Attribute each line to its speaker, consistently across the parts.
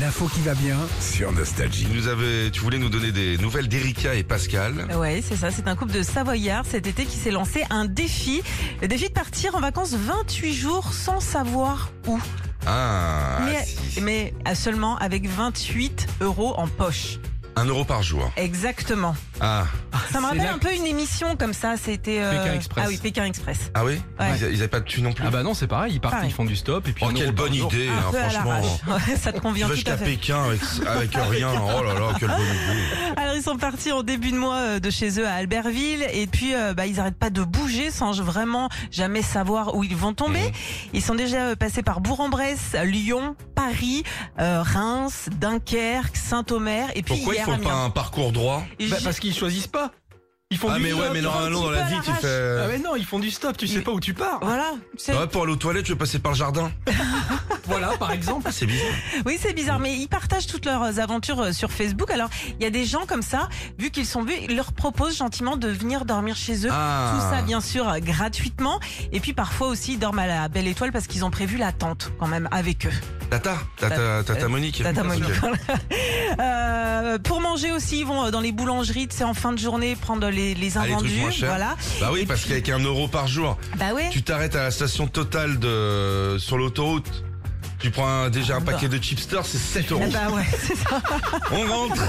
Speaker 1: L'info qui va bien sur Nostalgie.
Speaker 2: Tu nous avais, tu voulais nous donner des nouvelles d'Erika et Pascal.
Speaker 3: Ouais, c'est ça. C'est un couple de Savoyards cet été qui s'est lancé un défi. Le défi de partir en vacances 28 jours sans savoir où.
Speaker 2: Ah,
Speaker 3: mais,
Speaker 2: si.
Speaker 3: mais à seulement avec 28 euros en poche.
Speaker 2: un euro par jour.
Speaker 3: Exactement.
Speaker 2: Ah,
Speaker 3: Ça me
Speaker 4: C'est
Speaker 3: rappelle
Speaker 4: là
Speaker 3: un peu une émission comme ça. C'était. euh,
Speaker 4: Pékin Express.
Speaker 3: Ah oui, Pékin Express.
Speaker 2: ah oui
Speaker 3: Ouais.
Speaker 2: Ils, ils avaient pas de tu non plus.
Speaker 4: Ah bah non, c'est pareil, ils partent,
Speaker 3: Pareil.
Speaker 4: ils font du stop et puis
Speaker 2: oh,
Speaker 4: un
Speaker 2: quelle
Speaker 4: euro par
Speaker 2: bonne
Speaker 4: jour.
Speaker 2: idée,
Speaker 3: un
Speaker 2: hein,
Speaker 3: Ah, peu à
Speaker 2: franchement.
Speaker 3: l'arrache. Ouais, ça te
Speaker 2: Tu
Speaker 3: convient
Speaker 2: vas
Speaker 3: tout
Speaker 2: jusqu'à
Speaker 3: à fait.
Speaker 2: Pékin avec, avec rien. Oh là là, quelle bonne idée.
Speaker 3: Alors ils sont partis en début de mois euh, de chez eux à Albertville et puis euh, bah, ils n'arrêtent pas de bouger sans vraiment jamais savoir où ils vont tomber.
Speaker 2: Mhm.
Speaker 3: Ils sont déjà euh, passés par Bourg-en-Bresse, Lyon, Paris, euh, Reims, Dunkerque, Saint-Omer et puis
Speaker 2: Pourquoi ils
Speaker 3: hier
Speaker 2: font pas
Speaker 3: Amiens.
Speaker 2: un parcours droit
Speaker 3: Et
Speaker 4: Bah,
Speaker 3: j'ai-
Speaker 4: parce qu'ils choisissent pas. Ils font
Speaker 2: Ah
Speaker 4: du
Speaker 2: mais ouais,
Speaker 4: stop.
Speaker 2: mais normalement dans
Speaker 3: un
Speaker 2: la
Speaker 3: petit
Speaker 2: vie
Speaker 3: peu à
Speaker 2: tu fais.
Speaker 4: Ah
Speaker 2: euh,
Speaker 4: mais non, ils font du stop, tu sais
Speaker 3: Il-
Speaker 4: pas où tu pars.
Speaker 3: Voilà. c'est-
Speaker 2: ah ouais, pour aller aux toilettes, je vais passer par le jardin.
Speaker 4: Voilà, par exemple.
Speaker 2: Ah, c'est bizarre.
Speaker 3: Oui, c'est bizarre, mais ils partagent toutes leurs aventures euh, sur Facebook. Alors, il y a des gens comme ça, vu qu'ils sont vus, ils leur proposent gentiment de venir dormir chez eux.
Speaker 2: Ah.
Speaker 3: Tout ça, bien sûr, euh, gratuitement. Et puis, parfois aussi, ils dorment à la belle étoile parce qu'ils ont prévu la tente, quand même, avec eux.
Speaker 2: Tata, tata, tata Monique.
Speaker 3: Tata
Speaker 2: Ok.
Speaker 3: Monique. Euh, pour manger aussi, ils vont euh, dans les boulangeries, c'est en fin de journée, prendre les, les
Speaker 2: Ah, les trucs
Speaker 3: invendus.
Speaker 2: moins chers.
Speaker 3: voilà.
Speaker 2: Bah oui,
Speaker 3: Et
Speaker 2: parce
Speaker 3: puis-
Speaker 2: qu'avec un euro par jour,
Speaker 3: Bah ouais.
Speaker 2: tu t'arrêtes à la station totale de sur l'autoroute. Tu prends un- déjà un
Speaker 3: bah.
Speaker 2: paquet de chipsters, c'est 7 euros.
Speaker 3: Ah bah ouais, c'est ça.
Speaker 2: On rentre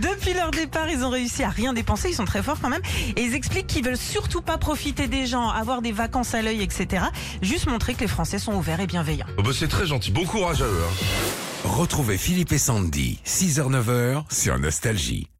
Speaker 3: Depuis leur départ, ils ont réussi à rien dépenser. Ils sont très forts quand même. Et ils expliquent qu'ils veulent surtout pas profiter des gens, avoir des vacances à l'œil, etc. Juste montrer que les Français sont ouverts et bienveillants.
Speaker 2: Oh bah, C'est très gentil, bon courage à eux. hein.
Speaker 1: Retrouvez Philippe et Sandy, 6h-9h sur Nostalgie.